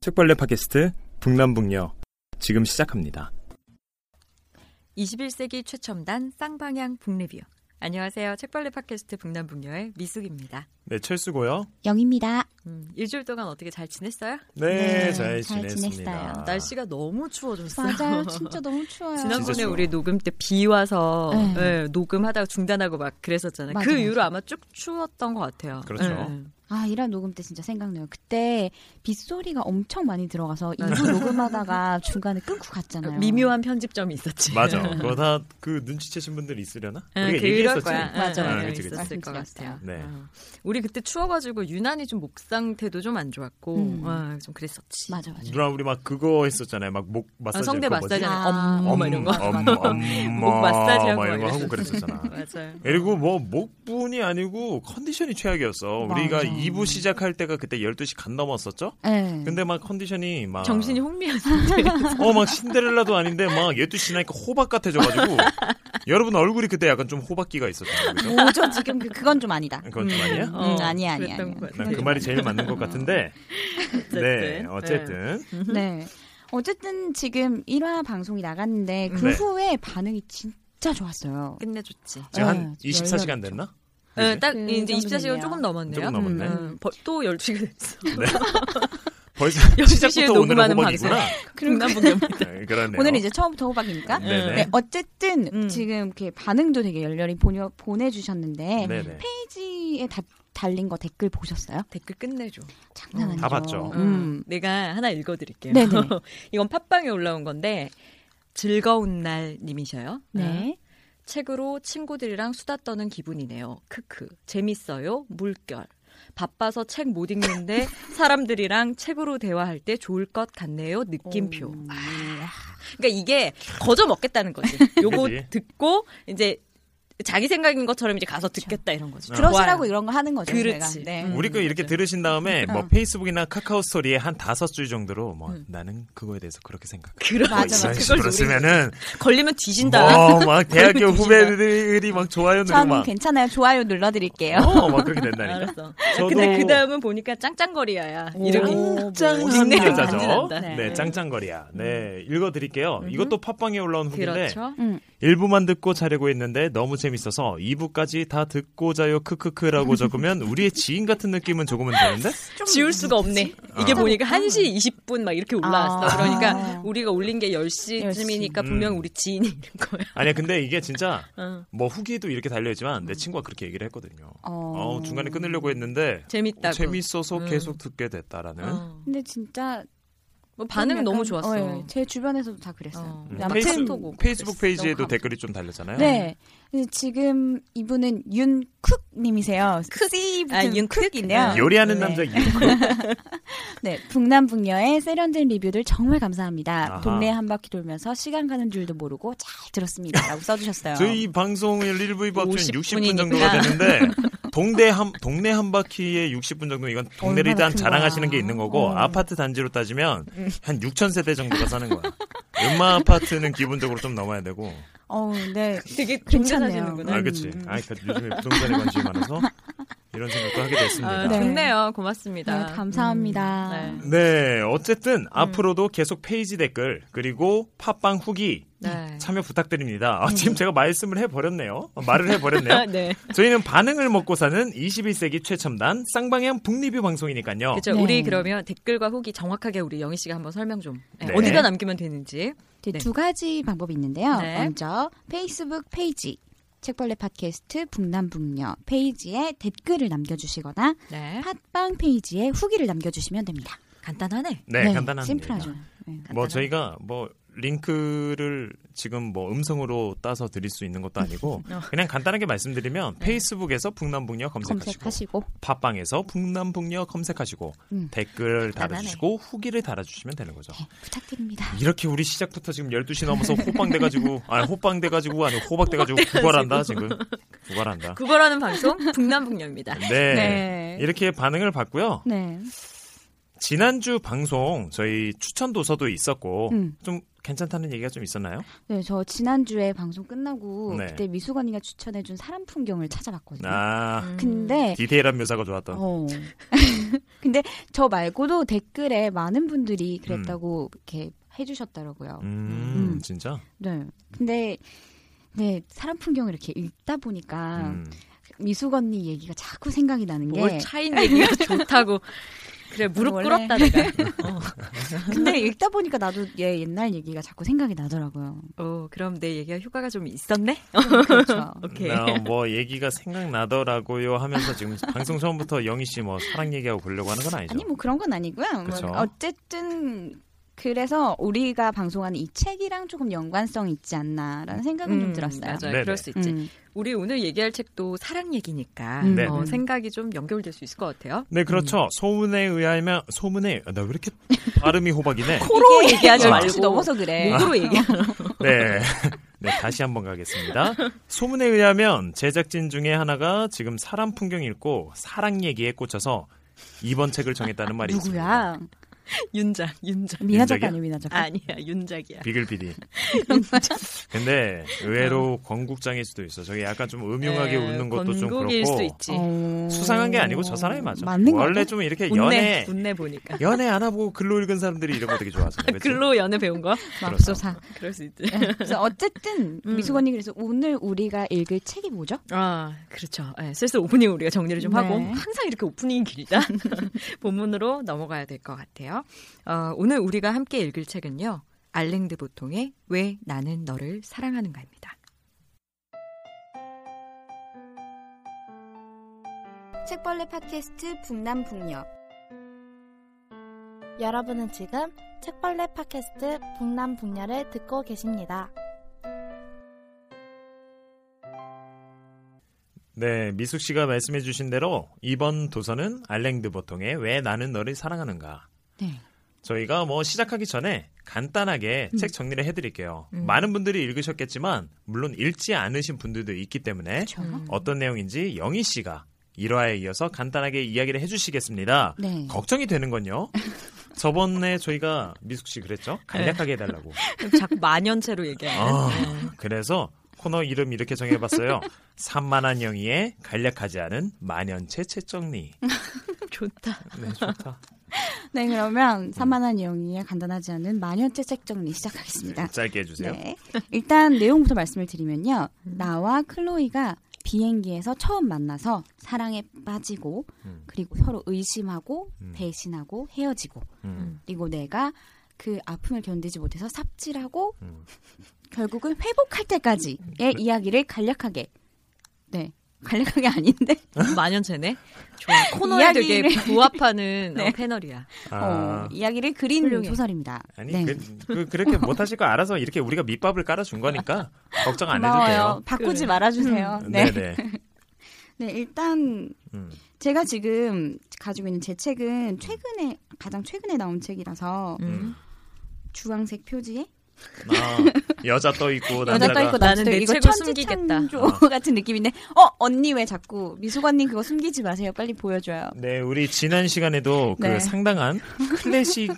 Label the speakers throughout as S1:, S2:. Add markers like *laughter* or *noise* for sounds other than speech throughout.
S1: 책벌레 팟캐스트 북남북녀 지금 시작합니다.
S2: 21세기 최첨단 쌍방향 북리뷰. 안녕하세요. 책벌레 팟캐스트 북남북녀의 미숙입니다.
S1: 네 철수고요.
S3: 영입니다.
S2: 음, 일주일 동안 어떻게 잘 지냈어요?
S1: 네,
S3: 네,
S1: 잘,
S3: 잘
S1: 지냈습니다.
S3: 지냈어요.
S2: 날씨가 너무 추워졌어요. *laughs*
S3: 맞아요. 진짜 너무 추워요.
S1: 진짜
S2: 지난번에
S1: 추워.
S2: 우리 녹음 때 비 와서
S3: 네.
S2: 예, 녹음하다가 중단하고 막 그랬었잖아요.
S3: 맞아,
S2: 그
S3: 맞아.
S2: 이후로 아마 쭉 추웠던 것 같아요.
S1: 그렇죠.
S2: 예.
S3: 아, 이란 녹음 때 진짜 생각나요. 그때 빗소리가 엄청 많이 들어가서 일부 녹음하다가 중간에 끊고 갔잖아요.
S2: 네. 그 미묘한 편집점이 있었지.
S1: *laughs* 맞아. 그거 다 그 눈치채신 분들 있으려나?
S2: 예,
S1: 우리가
S2: 그럴
S1: 얘기했었지.
S2: 거야. 예,
S3: 맞아,
S2: 예,
S1: 맞아. 그치, 그치.
S2: 있었을 것
S3: 말씀드렸어요.
S2: 같아요.
S1: 네.
S2: 어. 우리 그때 추워가지고 유난히 좀 목 상태도 좀 안 좋았고
S3: 음.
S2: 어, 좀 그랬었지.
S3: 맞아, 맞아.
S1: 누나 우리 막 그거 했었잖아요. 막 목 마사지.
S2: 아, 성대
S1: 할거 뭐지?
S2: 마사지 하는
S3: 아.
S2: 엄마 이런 거.
S1: 엄, 엄,
S2: *laughs* 목 마사지 하고
S1: 막 이런 거
S2: 막
S1: 하고 그랬었잖아.
S2: 맞아요.
S1: 그리고 뭐 목뿐이 아니고 컨디션이 최악이었어. 우리가
S3: 맞아.
S1: 2부 시작할 때가 그때 12시 간 넘었었죠?
S3: 네.
S1: 근데 막 컨디션이 막
S2: 어. 정신이 혼미하신데
S1: 어, 막 신데렐라도 아닌데 막 12시 나니까 호박 같아져가지고 여러분 얼굴이 그때 약간 좀 호박기가 있었던 거죠.
S3: 뭐죠, 지금 그, 그건 좀 아니다.
S1: 그건 좀 아니야?
S3: 음, 아니야, 아니야, 아니야.
S1: 난
S2: 네.
S1: 그 말이 제일 맞는 것 같은데. 네, 어쨌든
S2: 음.
S3: 네. 어쨌든 지금 1화 방송이 나갔는데 그
S1: 네.
S3: 후에 반응이 진짜 좋았어요.
S2: 끝내줬지.
S1: 지금
S3: 네,
S1: 한 24시간
S3: 열렸죠.
S1: 됐나?
S2: 네, 딱
S3: 그
S2: 이제 24시간
S3: 정도네요.
S2: 조금 넘었네요.
S1: 조금 넘었네.
S2: 음, 벌- 또 12시가 됐어.
S1: 벌써
S2: 12시에
S1: *laughs* 시작부터 오늘은
S2: 녹음하는
S1: 호박이구나. *laughs*
S2: 북남북녀입니다.
S1: 네, 그러네요.
S3: 그러니까 오늘 이제 처음부터 호박이니까.
S1: 네, 네.
S3: 네, 어쨌든
S2: 음.
S3: 지금 이렇게 반응도 되게 열렬히 보내,
S1: 네,
S3: 보내주셨는데
S1: 네.
S3: 페이지에 다- 달린 거 댓글 보셨어요?
S2: 댓글 끝내줘.
S3: 장난 아니죠.
S1: 다 봤죠.
S3: 음.
S2: 내가 하나 읽어드릴게요.
S3: 네네.
S2: *laughs* 이건 팟빵에 올라온 건데 즐거운 날 님이셔요.
S3: 네.
S2: 책으로 친구들이랑 수다 떠는 기분이네요. 크크. 재밌어요. 물결. 바빠서 책 못
S3: *laughs*
S2: 읽는데 사람들이랑 책으로 대화할 때 좋을 것 같네요. 느낌표. 아,
S3: 아, 음.
S2: 그러니까 이게 거저 먹겠다는
S3: *laughs*
S2: 거지. 요거
S1: 그지.
S2: 듣고 이제 자기 생각인 것처럼 이제 가서 듣겠다 이런 거지.
S3: 그러시라고
S2: 좋아요.
S3: 이런 거 하는 거죠.
S2: 그렇지.
S3: 제가. 네.
S2: 음.
S1: 우리 거 이렇게 들으신 다음에 뭐 페이스북이나 카카오 스토리에 한 다섯 줄 정도로 뭐 나는 그거에 대해서 그렇게 생각해.
S2: 그러
S1: 뭐
S3: 맞아,
S1: 이런
S3: 맞아.
S1: 식으로 쓰면은
S2: *laughs*
S1: 어,
S2: 걸리면 뒤진다.
S1: 뭐막 대학교
S2: 뒤진다.
S1: 후배들이 막 좋아요 누르고
S3: 전
S1: 막
S3: 괜찮아요. 좋아요 눌러드릴게요.
S1: 어, 막 그렇게 된다니까.
S2: 알았어.
S1: 저도
S2: 근데 그 다음은 보니까 짱짱거리야야. 아, 이름이 닉네임이
S1: 짱짱자죠.
S2: 간지난다.
S1: 네, 짱짱거리야. 네, 읽어드릴게요. 이것도 팟빵에 올라온 후기인데
S2: 그렇죠.
S3: 음.
S1: 일부만 듣고 자려고 했는데 너무 재밌어서 2부까지 다 듣고 자요 크크크라고
S2: *laughs*
S1: 적으면 우리의 지인 같은 느낌은 조금은 드는데
S2: 지울 수가 없네. 이게 보니까 1시 20분 막 이렇게 올라왔어.
S3: 아.
S2: 그러니까 우리가 올린 게
S3: 10시.
S2: 10시쯤이니까 분명 우리 지인이 이런 거야.
S1: 아니야 근데 이게 진짜
S2: 어.
S1: 뭐 후기에도 이렇게 달려있지만
S2: 음.
S1: 내 친구가 그렇게 얘기를 했거든요.
S3: 어.
S1: 어, 중간에 끊으려고 했는데
S2: 재밌다고.
S1: 재밌어서
S2: 음.
S1: 계속 듣게 됐다라는
S2: 어.
S3: 근데 진짜
S2: 뭐 반응
S3: 좀
S2: 너무
S3: 약간-
S2: 좋았어.
S3: 어, 예. 제 주변에서도 다 그랬어요.
S2: 어.
S1: 음,
S3: 아무튼-
S1: 페이스,
S2: 카톡 오고
S1: 페이스북
S2: 그랬어.
S1: 페이지에도
S2: 너무
S1: 댓글이 좀 달렸잖아요.
S3: 네. 근데 지금 이분은 윤쿡님이세요. C
S2: 아,
S3: 붙은
S2: 윤쿡?
S3: 쿡인데요.
S1: 요리하는
S3: 네.
S1: 남자 이
S3: *laughs* 네, 북남북녀의 세련된 리뷰들 정말 감사합니다.
S1: 아하.
S3: 동네 한 바퀴 돌면서 시간 가는 줄도 모르고 잘 들었습니다라고 써주셨어요.
S1: 저희 방송의 1부의 밥중 60분
S2: 그 50분이니까.
S1: 정도가 되는데
S2: *laughs*
S1: 동대 한 동네 한 바퀴에 60분 정도 이건 동네를
S3: 얼마나
S1: 일단
S3: 큰
S1: 자랑하시는
S3: 거야.
S1: 게 있는 거고
S3: 어.
S1: 아파트 단지로 따지면 한 6천 세대 정도가 사는 거야. 음마 아파트는 기본적으로 좀 넘어야 되고.
S3: 어, 네.
S2: 되게
S3: 괜찮네요.
S2: 존재사시는구나.
S1: 아, 그치.
S3: 음.
S1: 아, 그- 요즘에 부동산에 관심이 많아서 이런 생각도 하게 됐습니다.
S2: 아,
S3: 네.
S2: 좋네요. 고맙습니다.
S3: 네, 감사합니다.
S2: 음,
S1: 네, 어쨌든 앞으로도 계속 페이지 댓글 그리고 팟빵 후기
S2: 네.
S1: 참여 부탁드립니다. 아,
S3: 음.
S1: 지금 제가 말씀을 해버렸네요. 어, 말을 해버렸네요.
S2: *laughs* 네. 네.
S1: 저희는 반응을 먹고 사는 21세기 최첨단 쌍방향 북리뷰 방송이니까요.
S2: 그렇죠.
S3: 네.
S2: 우리 그러면 댓글과 후기 정확하게 우리 영희 씨가 한번 설명 좀. 네,
S1: 네.
S2: 어디다 남기면 되는지.
S3: 이제
S2: 네.
S3: 두 가지 방법이 있는데요.
S2: 네.
S3: 먼저 페이스북 페이지 책벌레 팟캐스트 북남북녀 페이지에 댓글을 남겨주시거나
S2: 네.
S3: 팟빵 페이지에 후기를 남겨주시면 됩니다.
S2: 간단하네.
S1: 네, 간단합니다.
S3: 심플하죠. 네.
S1: 뭐 저희가 뭐 링크를 지금 뭐 음성으로 따서 드릴 수 있는 것도 *laughs* 아니고 그냥 간단하게 말씀드리면 페이스북에서 북남북녀 네. 검색하시고
S3: 검색하시고
S1: 팟빵에서 북남북녀 검색하시고
S3: 음.
S1: 댓글을
S2: 간단하네.
S1: 달아주시고 후기를 달아주시면 되는 거죠.
S3: 네, 부탁드립니다.
S1: 이렇게 우리 시작부터 지금 12시 넘어서 *laughs* 호빵돼가지고 아니 호빵돼가지고 아니 호박돼가지고 구걸한다 지금 구걸한다.
S2: 구걸하는 방송 *laughs* 북남북녀입니다.
S1: *laughs* 네.
S3: 네.
S1: 이렇게 반응을 받고요.
S3: 네.
S1: 지난주 방송 저희 추천 도서도 있었고
S3: 음.
S1: 좀 괜찮다는 얘기가 좀 있었나요?
S3: 네, 저 지난주에 방송 끝나고
S1: 네.
S3: 그때 미수건이가 추천해준 사람 풍경을 찾아봤거든요.
S1: 아
S3: 근데
S1: 디테일한 묘사가 좋았던.
S3: 음. 네. 어. *laughs* 근데 저 말고도 댓글에 많은 분들이 그랬다고 이렇게 해주셨더라고요.
S1: 음,
S3: 음.
S1: 진짜.
S3: 네. 근데 네 사람 풍경을 이렇게 읽다 보니까
S1: 음.
S3: 미숙 언니 얘기가 자꾸 생각이 나는 게.
S2: 뭘 차인 얘기가
S3: *laughs*
S2: 좋다고. 그래 무릎
S3: 예. 원래-
S2: 꿇었다
S3: *laughs*
S2: 내가.
S3: 근데 읽다 보니까 나도 얘 옛날 얘기가 자꾸 생각이 나더라고요.
S2: 어, 그럼 내 얘기가 효과가 좀 있었네.
S3: 그렇죠.
S2: 오케이.
S1: 나 뭐 얘기가 생각나더라고요 하면서 지금 방송 처음부터 영희 씨 뭐 사랑 얘기하고 보려고 하는 건 아니죠?
S3: 아니 뭐 그런 건 아니고요. 뭐
S1: 그쵸.
S3: 어쨌든 그래서 우리가 방송하는 이 책이랑 조금 연관성이 있지 않나라는 생각은 좀
S2: 음,
S3: 들었어요.
S2: 맞아요.
S1: 네네.
S2: 그럴 수 있지.
S3: 음.
S2: 우리 오늘 얘기할 책도 사랑 얘기니까
S3: 음.
S1: 네.
S2: 어, 생각이 좀 연결될 수 있을 것
S3: *laughs*
S2: 같아요.
S1: 네, 그렇죠. 소문에 의하면 소문에 아, 나 왜 이렇게 발음이 호박이네.
S2: 코로 얘기하지
S1: 아.
S2: 말고 아,
S3: 넘어서 그래.
S2: 목으로 얘기하
S3: *laughs*
S1: 네. *laughs* 네, 다시 한번 가겠습니다. 소문에 의하면 제작진 중에 하나가 지금 사람 풍경 읽고 사랑 얘기에 꽂혀서 이번 책을 정했다는 말이 있습니다.
S3: 누구야?
S2: 윤작, 윤작.
S3: 미나
S1: 윤작이야?
S3: 작가 아니에요, 미나 작가.
S2: 아니야, 윤작이야.
S1: 비글비디.
S2: *laughs*
S1: 근데 의외로 건국장일 수도 있어. 저게 약간 좀 음흉하게
S2: 에,
S1: 웃는 것도 좀
S2: 네, 건국일 수도
S1: 그렇고
S2: 있지.
S3: 어.
S1: 네. 수상한 게 아니고 저 사람이 맞아.
S3: 맞는 거
S1: 원래
S3: 같아?
S1: 좀 이렇게
S2: 웃네,
S1: 연애
S2: 웃네 보니까.
S1: 연애 안 하고 글로 읽은 사람들이 이런 거 되게 좋아하잖아요. 그치? 그렇죠.
S2: 글로 연애 배운 거? 어,
S3: 맙소사.
S2: 그럴 수 있지.
S3: 예. 그래서
S1: *laughs*
S3: 어쨌든
S2: 음.
S3: 미숙 언니 그래서 오늘 우리가 읽을 책이 뭐죠?
S2: 아, 그렇죠. 예, 슬슬 오프닝 우리가 정리를 좀
S3: 네.
S2: 하고 항상 이렇게 오프닝이 길다. *laughs* 본문으로 넘어가야 될 것 같아요. 어, 오늘 우리가 함께 읽을 책은요. 알랭드 보통의 왜 나는 너를 사랑하는가입니다.
S4: 책벌레 팟캐스트 북남북녀 여러분은 지금 책벌레 팟캐스트 북남북녀를 듣고 계십니다.
S1: 네, 미숙 씨가 말씀해 주신 대로 이번 도서는 알랭드 보통의 왜 나는 너를 사랑하는가.
S3: 네.
S1: 저희가 뭐 시작하기 전에 간단하게
S3: 음.
S1: 책 정리를 해드릴게요. 많은 분들이 읽으셨겠지만 물론 읽지 않으신 분들도 있기 때문에
S3: 저.
S1: 어떤 내용인지 영희 씨가 1화에 이어서 간단하게 이야기를 해주시겠습니다.
S3: 네.
S1: 걱정이 되는 건요. 저번에 저희가 미숙 씨 그랬죠? 간략하게 해달라고.
S2: *laughs* 자꾸 만연체로 얘기하는.
S1: 아, 그래서 코너 이름 이렇게
S3: *laughs*
S1: 정해봤어요. 산만한 영희의 간략하지 않은 만연체
S3: *laughs*
S1: 채정리.
S2: 좋다.
S1: 네, 좋다.
S3: 네,
S1: 음.
S3: 그러면 산만한 영희의 간단하지 않은 마녀째 책 정리 시작하겠습니다.
S1: 짧게 해주세요.
S3: 네. 일단 내용부터 말씀을 드리면요.
S1: 음.
S3: 나와 클로이가 비행기에서 처음 만나서 사랑에 빠지고
S1: 음.
S3: 그리고 서로 의심하고
S1: 음.
S3: 배신하고 헤어지고
S1: 음,
S3: 그리고 내가 그 아픔을 견디지 못해서 삽질하고
S1: 음.
S3: *laughs* 결국은 회복할 때까지의 이야기를 간략하게 네 간략하게 아닌데
S2: *laughs* 만연체네. 좋아. *laughs* 코너에
S3: 이야기를-
S2: *laughs* 되게 부합하는 어,
S3: 네.
S2: 패널이야.
S1: 아,
S3: 어, 이야기를 그린
S2: 훌륭해.
S3: 소설입니다. 네.
S1: 아니 그, 렇게 못하실 거 알아서 이렇게 우리가 밑밥을 깔아준 거니까 걱정 안 해도
S3: 고마워요.
S1: 돼요. 음.
S3: 바꾸지 말아주세요. 네.
S1: 네네.
S3: 네, 일단
S1: 음,
S3: 제가 지금 가지고 있는 제 책은 최근에 가장 최근에 나온 책이라서
S2: 음.
S3: 주황색 표지에
S1: 아, 여자 떠 있고
S3: 여자
S1: 남자가
S3: 떠 있고 남자
S2: 나는
S3: 떠
S2: 내
S3: 있고 이거
S2: 책을
S3: 천지
S2: 숨기겠다.
S3: 창조
S2: 어.
S3: *laughs* 같은 느낌인데 어 언니 왜 자꾸 미소관님 그거 숨기지 마세요 빨리 보여줘요.
S1: 네, 우리 지난 시간에도 그
S3: 네.
S1: 상당한 클래식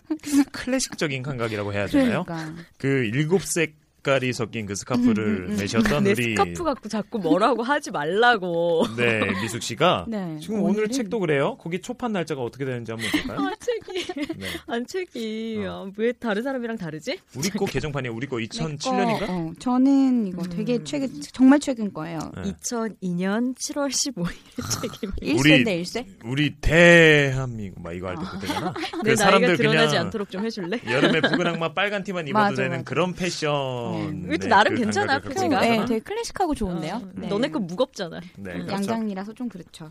S1: 클래식적인 감각이라고 해야 되나요?
S3: 그러니까
S1: 그 일곱 색깔이 섞인 그
S2: 음,
S1: 스카프를 매셨던
S2: 내
S1: 우리
S2: 네, 스카프 갖고 자꾸 뭐라고 하지 말라고. *laughs*
S1: 네 미숙 씨가
S3: 네
S1: 지금 오늘
S3: 오늘은-
S1: 책도 그래요. 거기 초판 날짜가 어떻게 되는지 한번 볼까요?
S2: 아, 책이.
S1: 네.
S2: 안 책이.
S1: 어.
S2: 아, 왜 다른 사람이랑 다르지?
S1: 우리 거 개정판이 우리 거
S3: 내
S1: 2007년인가?
S3: 거, 어, 저는 이거 되게
S2: 음.
S3: 최근 정말 최근 거예요.
S1: 네.
S2: 2002년 7월 15일 *laughs* 책임.
S3: 1세대 1세?
S1: 우리 대한민국 막 이거 할 때 그때잖아. 그
S2: *laughs* 내 네, 나이가
S1: 사람들
S2: 드러나지
S1: 그냥
S2: 않도록 좀 해줄래?
S1: 여름에 붉은 악마 빨간 티만 입어도
S3: 맞아,
S1: 되는
S3: 맞아.
S1: 그런 패션.
S2: 네. 이것도 나름
S1: 그
S2: 괜찮아,
S1: 감각을 갖고
S2: 표지가.
S3: 네,
S1: 있잖아.
S3: 되게 클래식하고 좋은데요.
S2: 어,
S3: 네.
S2: 너네 거 무겁잖아.
S1: 네,
S2: 음.
S1: 그렇죠.
S3: 양장이라서 좀 그렇죠.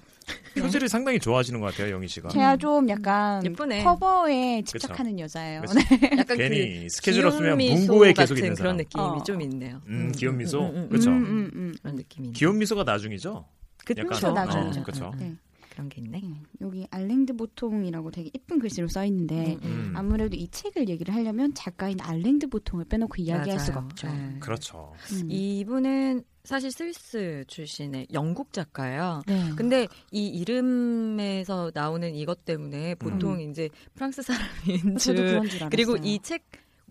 S1: 표지를 상당히 좋아하시는 것 같아요, 영희 씨가.
S3: 제가 좀 약간
S2: 예쁘네.
S3: 커버에 집착하는 여자예요. 네.
S1: 그래서 *laughs*
S2: 약간
S1: 괜히
S2: 그
S1: 스케줄 없으면
S2: 기욤미소
S1: 문고에 계속 있는
S2: 같은 그런
S1: 사람.
S2: 느낌이
S3: 어.
S2: 좀 있네요.
S1: 음, 기욤 미소.
S2: 음, 음, 음,
S1: 그렇죠.
S3: 음, 음, 음.
S2: 그런 느낌이. 있네.
S1: 기욤 미소가 나중이죠. 약간
S2: 그쵸,
S1: 어,
S3: 나중이죠.
S1: 그쵸.
S3: 네.
S2: 그런 게 있네.
S3: 음, 여기 알랭드 보통이라고 되게 예쁜 글씨로 써 있는데
S2: 음,
S1: 음,
S3: 아무래도 이 책을 얘기를 하려면 작가인 알랭드 보통을 빼놓고 이야기할
S2: 맞아요.
S3: 수가 없죠.
S2: 네.
S1: 그렇죠.
S3: 음.
S2: 이분은 사실 스위스 출신의 영국 작가예요.
S3: 네.
S2: 근데 이 이름에서 나오는 이것 때문에 보통
S1: 음.
S2: 이제 프랑스 사람인
S3: 저도
S2: 줄
S3: 그런 줄 알았어요.
S2: 그리고 이 책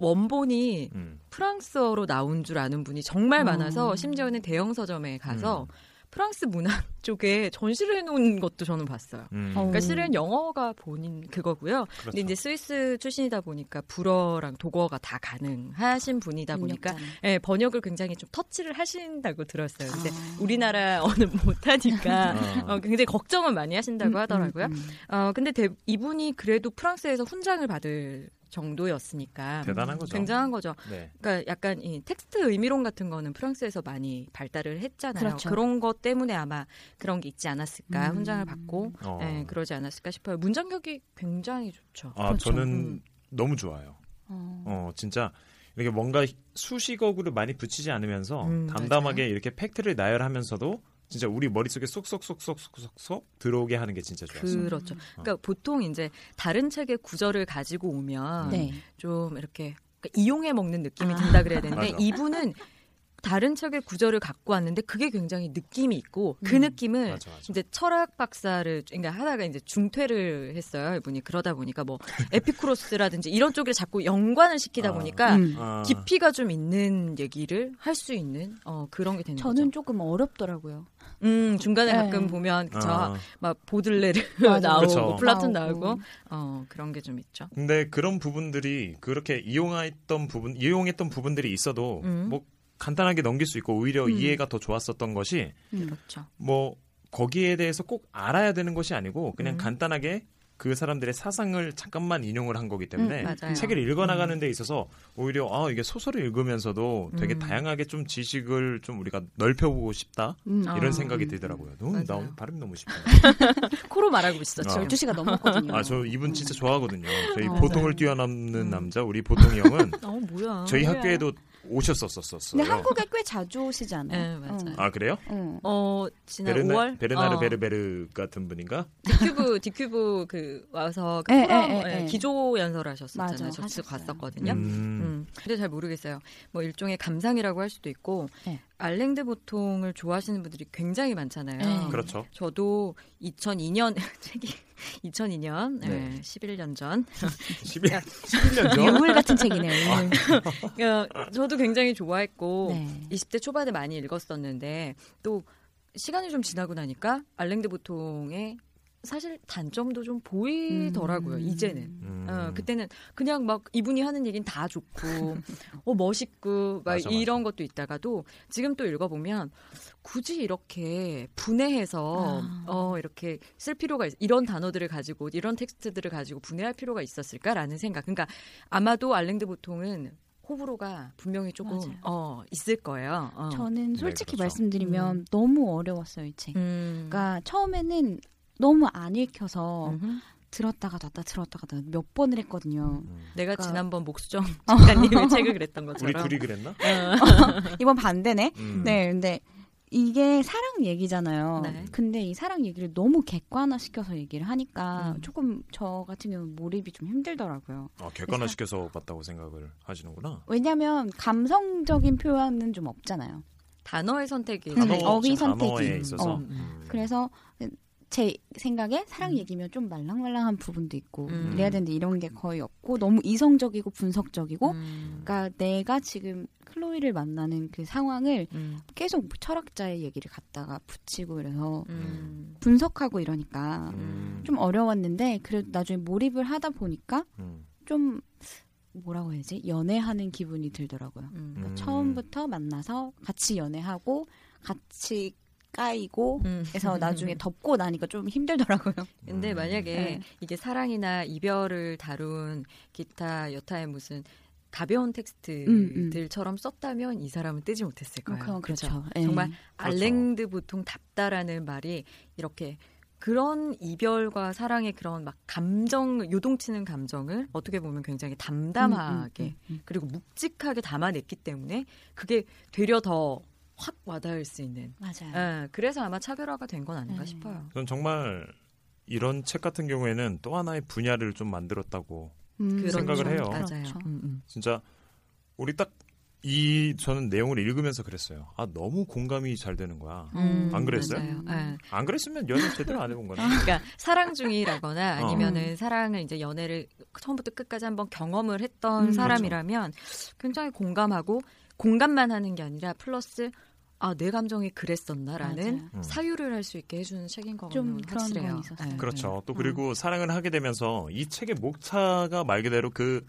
S2: 원본이
S1: 음.
S2: 프랑스어로 나온 줄 아는 분이 정말
S3: 음.
S2: 많아서 심지어는 대형 서점에 가서
S1: 음.
S2: 프랑스 문화 *laughs* 쪽에 전시를 해놓은 것도 저는 봤어요.
S1: 음,
S3: 어.
S2: 그러니까 실은 영어가 본인 그거고요.
S1: 그렇죠.
S2: 근데 이제 스위스 출신이다 보니까 불어랑 독어가 다 가능하신 분이다 보니까 예, 번역을 굉장히 좀 터치를 하신다고 들었어요. 근데
S1: 아.
S3: 아.
S2: 우리나라어는 *laughs* 못하니까
S1: 어.
S2: *laughs* 어, 굉장히 걱정은 많이
S3: 음,
S2: 하신다고
S1: 음,
S2: 하더라고요. 어, 근데 대- 이분이 그래도 프랑스에서 훈장을 받을 정도였으니까
S1: 대단한 거죠.
S2: 굉장한 거죠.
S1: 네.
S2: 그러니까 약간 이 텍스트 의미론 같은 거는 프랑스에서 많이 발달을 했잖아요.
S3: 그렇죠.
S2: 그런것 때문에 아마 그런 게 있지 않았을까
S3: 음.
S2: 훈장을 받고
S1: 어.
S2: 예, 그러지 않았을까 싶어요. 문장력이 굉장히 좋죠.
S1: 아,
S3: 그렇죠.
S1: 저는
S2: 음.
S1: 너무 좋아요. 어, 진짜 이렇게 뭔가 수식어구를 많이 붙이지 않으면서
S2: 음,
S1: 담담하게 이렇게 팩트를 나열하면서도 진짜 우리 머릿속에 쏙쏙쏙쏙쏙쏙 들어오게 하는 게 진짜 좋았어요.
S2: 그렇죠. 그러니까 보통 이제 다른 책의 구절을 가지고 오면
S3: 네.
S2: 좀 이렇게 그러니까 이용해 먹는 느낌이
S3: 아.
S2: 든다 그래야 되는데
S1: 맞아.
S2: 이분은 다른 책의 구절을 갖고 왔는데 그게 굉장히 느낌이 있고 그
S3: 음.
S2: 느낌을
S1: 맞아, 맞아.
S2: 이제 철학 박사를 그러니까 하다가 이제 중퇴를 했어요 이분이 그러다
S1: *laughs*
S2: 보니까 뭐 에피쿠로스라든지 이런 쪽에 자꾸 연관을 시키다
S1: 아.
S2: 보니까
S3: 음.
S1: 아,
S2: 깊이가 좀 있는 얘기를 할 수 있는 어 그런 게 되는
S3: 저는
S2: 거죠.
S3: 조금 어렵더라고요.
S2: 음 중간에
S3: 네.
S2: 가끔 보면 그쵸
S1: 아.
S2: 막 보들레르
S3: *laughs* 맞아.
S2: 나오고 뭐
S1: 그쵸.
S2: 플라톤
S3: 나오고.
S2: 나오고 어 그런 게 좀 있죠.
S1: 근데 그런 부분들이 그렇게 이용했던 부분 이용했던 부분들이 있어도
S2: 음.
S1: 뭐 간단하게 넘길 수 있고 오히려
S2: 음.
S1: 이해가 더 좋았었던 것이
S3: 음.
S2: 그렇죠.
S1: 뭐 거기에 대해서 꼭 알아야 되는 것이 아니고 그냥
S2: 음.
S1: 간단하게 그 사람들의 사상을 잠깐만 인용을 한 거기 때문에
S2: 음, 맞아요.
S1: 책을 읽어나가는 데 있어서 오히려 아 이게 소설을 읽으면서도 되게
S2: 음.
S1: 다양하게 좀 지식을 좀 우리가 넓혀보고 싶다
S3: 음.
S2: 아.
S1: 이런 생각이 들더라고요. 너무 나
S2: 맞아요.
S1: 오늘 발음 너무
S2: *laughs*
S1: 쉽다.
S2: 코로 말하고 있어.
S1: 아.
S3: 음. 12시가 넘었거든요.
S1: *laughs* 아 저 이분 진짜 좋아하거든요. 저희
S3: 어,
S1: 보통을
S3: 맞아요.
S1: 뛰어넘는
S2: 음.
S1: 남자 우리 보통이
S2: *laughs*
S1: 형은
S2: 어 뭐야?
S1: 저희
S2: 뭐야.
S1: 학교에도 오셨었었었어요.
S3: 근데 한국에 꽤 자주 오시지 않아요?
S2: 네, 맞아요.
S1: 아 그래요?
S3: 어, 어.
S2: 어 지난
S1: 베르나,
S2: 5월
S1: 베르나르
S2: 어,
S1: 베르베르 같은 분인가?
S2: 디큐브 디큐브 그 와서 그
S3: 예,
S2: 포럼,
S3: 예, 예,
S2: 예,
S3: 예.
S2: 기조 연설을 하셨었잖아요.
S3: 맞아,
S2: 저
S3: 하셨어요.
S2: 직접 갔었거든요. 음.
S1: 음.
S2: 근데 잘 모르겠어요. 뭐 일종의 감상이라고 할 수도 있고
S1: 네.
S3: 예.
S2: 알랭드 보통을 좋아하시는 분들이 굉장히 많잖아요.
S3: 예.
S1: 그렇죠.
S2: 저도 2002년 *laughs* 책이 2002년
S1: 네.
S2: 예, 11년 전
S1: 11, 11년 전.
S3: 유물 같은 책이네요.
S1: 아.
S3: 유물.
S2: 음. *laughs* 어, 저도 굉장히 좋아했고
S3: 네.
S2: 20대 초반에 많이 읽었었는데 또 시간이 좀 지나고 나니까 알랭드 보통의 사실 단점도 좀 보이더라고요.
S3: 음.
S2: 이제는.
S1: 음.
S2: 어, 그때는 그냥 막 이분이 하는 얘기는 다
S3: *laughs*
S2: 좋고 어 멋있고 막
S1: 맞아, 맞아.
S2: 이런 것도 있다가도 지금 또 읽어보면 굳이 이렇게 분해해서
S3: 아.
S2: 어 이렇게 쓸 필요가 있, 이런 단어들을 가지고 이런 텍스트들을 가지고 분해할 필요가 있었을까라는 생각 그러니까 아마도 알랭드 보통은 호불호가 분명히 조금
S3: 맞아요.
S2: 어 있을 거예요 어.
S3: 저는 솔직히
S1: 그렇죠.
S3: 말씀드리면 너무 어려웠어요, 이 책.
S2: 음.
S3: 그러니까 처음에는 너무 안 읽혀서
S2: 음.
S3: 들었다가 놨다 들었다가 놨다 몇 번을 했거든요. *laughs*
S1: 음.
S2: 내가
S3: 그러니까-
S2: 지난번
S3: *laughs*
S2: 목수정 작가님의 책을 그랬던
S1: 우리
S2: 것처럼
S1: 둘이 그랬나?
S2: 어.
S3: 이번 반대네.
S1: 음.
S3: 네, 근데 이게 사랑 얘기잖아요.
S2: 네.
S3: 근데 이 사랑 얘기를 너무 객관화시켜서 얘기를 하니까
S2: 음.
S3: 조금 저 같은 경우는 몰입이 좀 힘들더라고요.
S1: 아, 객관화시켜서 봤다고 생각을 하시는구나.
S3: 음, 왜냐면 감성적인 표현은 좀 없잖아요.
S2: 음. 단어의 선택이
S3: 음.
S1: 단어,
S3: 어휘
S1: 단어에
S3: 선택이.
S1: 있어서.
S2: 어.
S1: 음.
S3: 그래서 제 생각에 사랑 얘기면 좀 말랑말랑한 부분도 있고
S2: 음.
S3: 이래야 되는데 이런 게 거의 없고 너무 이성적이고 분석적이고
S2: 음.
S3: 그러니까 내가 지금 클로이를 만나는 그 상황을
S2: 음.
S3: 계속 철학자의 얘기를 갖다가 붙이고 이래서
S2: 음.
S3: 분석하고 이러니까
S1: 음.
S3: 좀 어려웠는데 그래도 나중에 몰입을 하다 보니까
S1: 음.
S3: 좀 뭐라고 해야지 연애하는 기분이 들더라고요.
S2: 음.
S3: 그러니까
S1: 음.
S3: 처음부터 만나서 같이 연애하고 같이 까이고
S2: 음.
S3: 그래서 나중에 덮고 나니까
S2: *laughs*
S3: 좀 힘들더라고요.
S2: 근데
S1: 음.
S2: 만약에
S3: 네.
S2: 이게 사랑이나 이별을 다룬 기타 여타의 무슨 가벼운
S3: 음,
S2: 텍스트들처럼 썼다면 이 사람은 뜨지 못했을 거예요.
S3: 그건
S2: 그죠?
S3: 그렇죠. 예.
S2: 정말
S1: 그렇죠.
S2: 알랭드 보통 답다라는 말이 이렇게 그런 이별과 사랑의 그런 막 감정 요동치는 감정을 어떻게 보면 굉장히 담담하게
S3: 음, 음, 음, 음.
S2: 그리고 묵직하게 담아냈기 때문에 그게 되려 더 확 와닿을 수 있는.
S3: 맞아요.
S2: 예, 그래서 아마 차별화가 된 건 아닌가
S3: 네.
S2: 싶어요.
S1: 저는 정말 이런 책 같은 경우에는 또 하나의 분야를 좀 만들었다고
S3: 음,
S1: 생각을
S3: 그렇죠.
S1: 해요.
S2: 맞아요.
S3: 그렇죠.
S2: 음, 음.
S1: 진짜 우리 딱 이 저는 내용을 읽으면서 그랬어요. 아 너무 공감이 잘 되는 거야.
S2: 음,
S1: 안 그랬어요?
S2: 맞아요. 예.
S1: 안 그랬으면 연애 제대로 안 해본 거네.
S2: 그러니까 사랑 중이라거나
S1: 어.
S2: 아니면은 사랑을 이제 연애를 처음부터 끝까지 한번 경험을 했던
S3: 음.
S2: 사람이라면 굉장히 공감하고 공감만 하는 게 아니라 플러스 아 내 감정이 그랬었나라는
S3: 맞아요.
S1: 음.
S2: 사유를 할 수 있게 해주는 책인 것
S3: 좀
S2: 같아요.
S3: 그런
S2: 확실해요.
S3: 건 있었어요.
S2: 네.
S1: 그렇죠. 또
S3: 음.
S1: 그리고 사랑을 하게 되면서 이 책의 목차가 말 그대로 그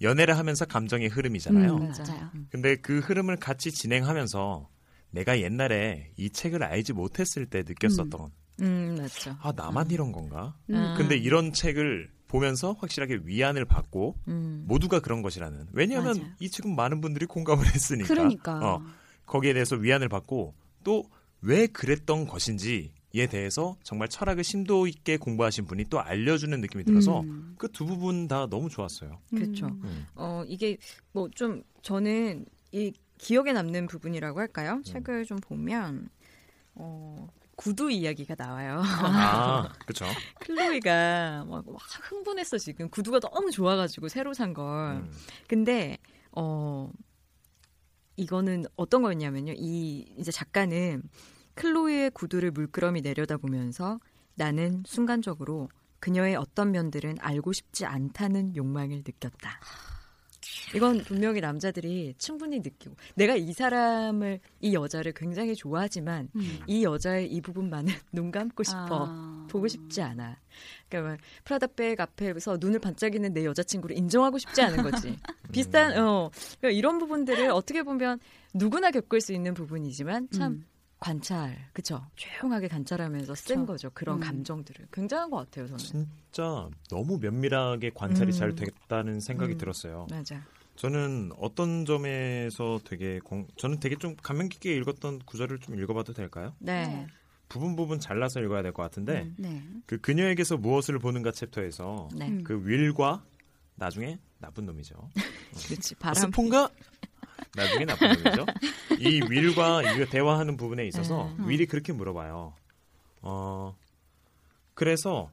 S1: 연애를 하면서 감정의 흐름이잖아요.
S3: 음,
S2: 맞아요.
S3: 맞아요.
S1: 근데 그 흐름을 같이 진행하면서 내가 옛날에 이 책을 알지 못했을 때 느꼈었던
S2: 음 맞죠.
S1: 아 나만 이런 건가?
S3: 음.
S1: 근데 이런 책을 보면서 확실하게 위안을 받고
S2: 음.
S1: 모두가 그런 것이라는 왜냐하면
S3: 맞아요.
S1: 이 지금 많은 분들이 공감을 했으니까
S3: 그러니까.
S1: 어, 거기에 대해서 위안을 받고 또 왜 그랬던 것인지에 대해서 정말 철학을 심도 있게 공부하신 분이 또 알려주는 느낌이 들어서
S3: 음.
S1: 그 두 부분 다 너무 좋았어요.
S2: 그렇죠.
S3: 음.
S2: 어, 이게 뭐 좀 저는 이 기억에 남는 부분이라고 할까요? 책을 좀 보면 어, 구두 이야기가 나와요.
S1: 아, 그렇죠.
S2: *laughs* 클로이가 막, 막 흥분했어 지금 구두가 너무 좋아가지고 새로 산 걸. 근데 어 이거는 어떤 거였냐면요. 이 이제 작가는 클로이의 구두를 물끄러미 내려다보면서 나는 순간적으로 그녀의 어떤 면들은 알고 싶지 않다는 욕망을 느꼈다. 이건 분명히 남자들이 충분히 느끼고 내가 이 사람을 이 여자를 굉장히 좋아하지만
S3: 음.
S2: 이 여자의 이 부분만은 *laughs* 눈 감고 싶어.
S3: 아.
S2: 보고 싶지 않아. 그러니까 막 프라다백 앞에서 눈을 반짝이는 내 여자친구를 인정하고 싶지 않은 거지. 비슷한 어 그러니까 이런 부분들을 어떻게 보면 누구나 겪을 수 있는 부분이지만 참
S3: 음.
S2: 관찰, 그쵸? 조용하게 관찰하면서 쓴
S3: 그쵸.
S2: 거죠. 그런
S3: 음.
S2: 감정들을 굉장한 것 같아요, 저는.
S1: 진짜 너무 면밀하게 관찰이
S2: 음.
S1: 잘 됐다는 생각이
S2: 음.
S1: 들었어요.
S2: 맞아.
S1: 저는 어떤 점에서 되게 공, 저는 되게 좀 감명 깊게 읽었던 구절을 좀 읽어봐도 될까요?
S2: 네.
S3: 네.
S1: 부분 부분 잘라서 읽어야 될 것 같은데
S2: 음.
S3: 네.
S1: 그 그녀에게서 무엇을 보는가 챕터에서
S2: 네.
S3: 음.
S1: 그 윌과 나중에 나쁜 놈이죠.
S2: 그렇지. 바람.
S1: 스폰과 나중에 나쁜 놈이죠. 이 윌과 이 대화하는 부분에 있어서
S2: 음.
S3: 네.
S1: 윌이 그렇게 물어봐요. 어 그래서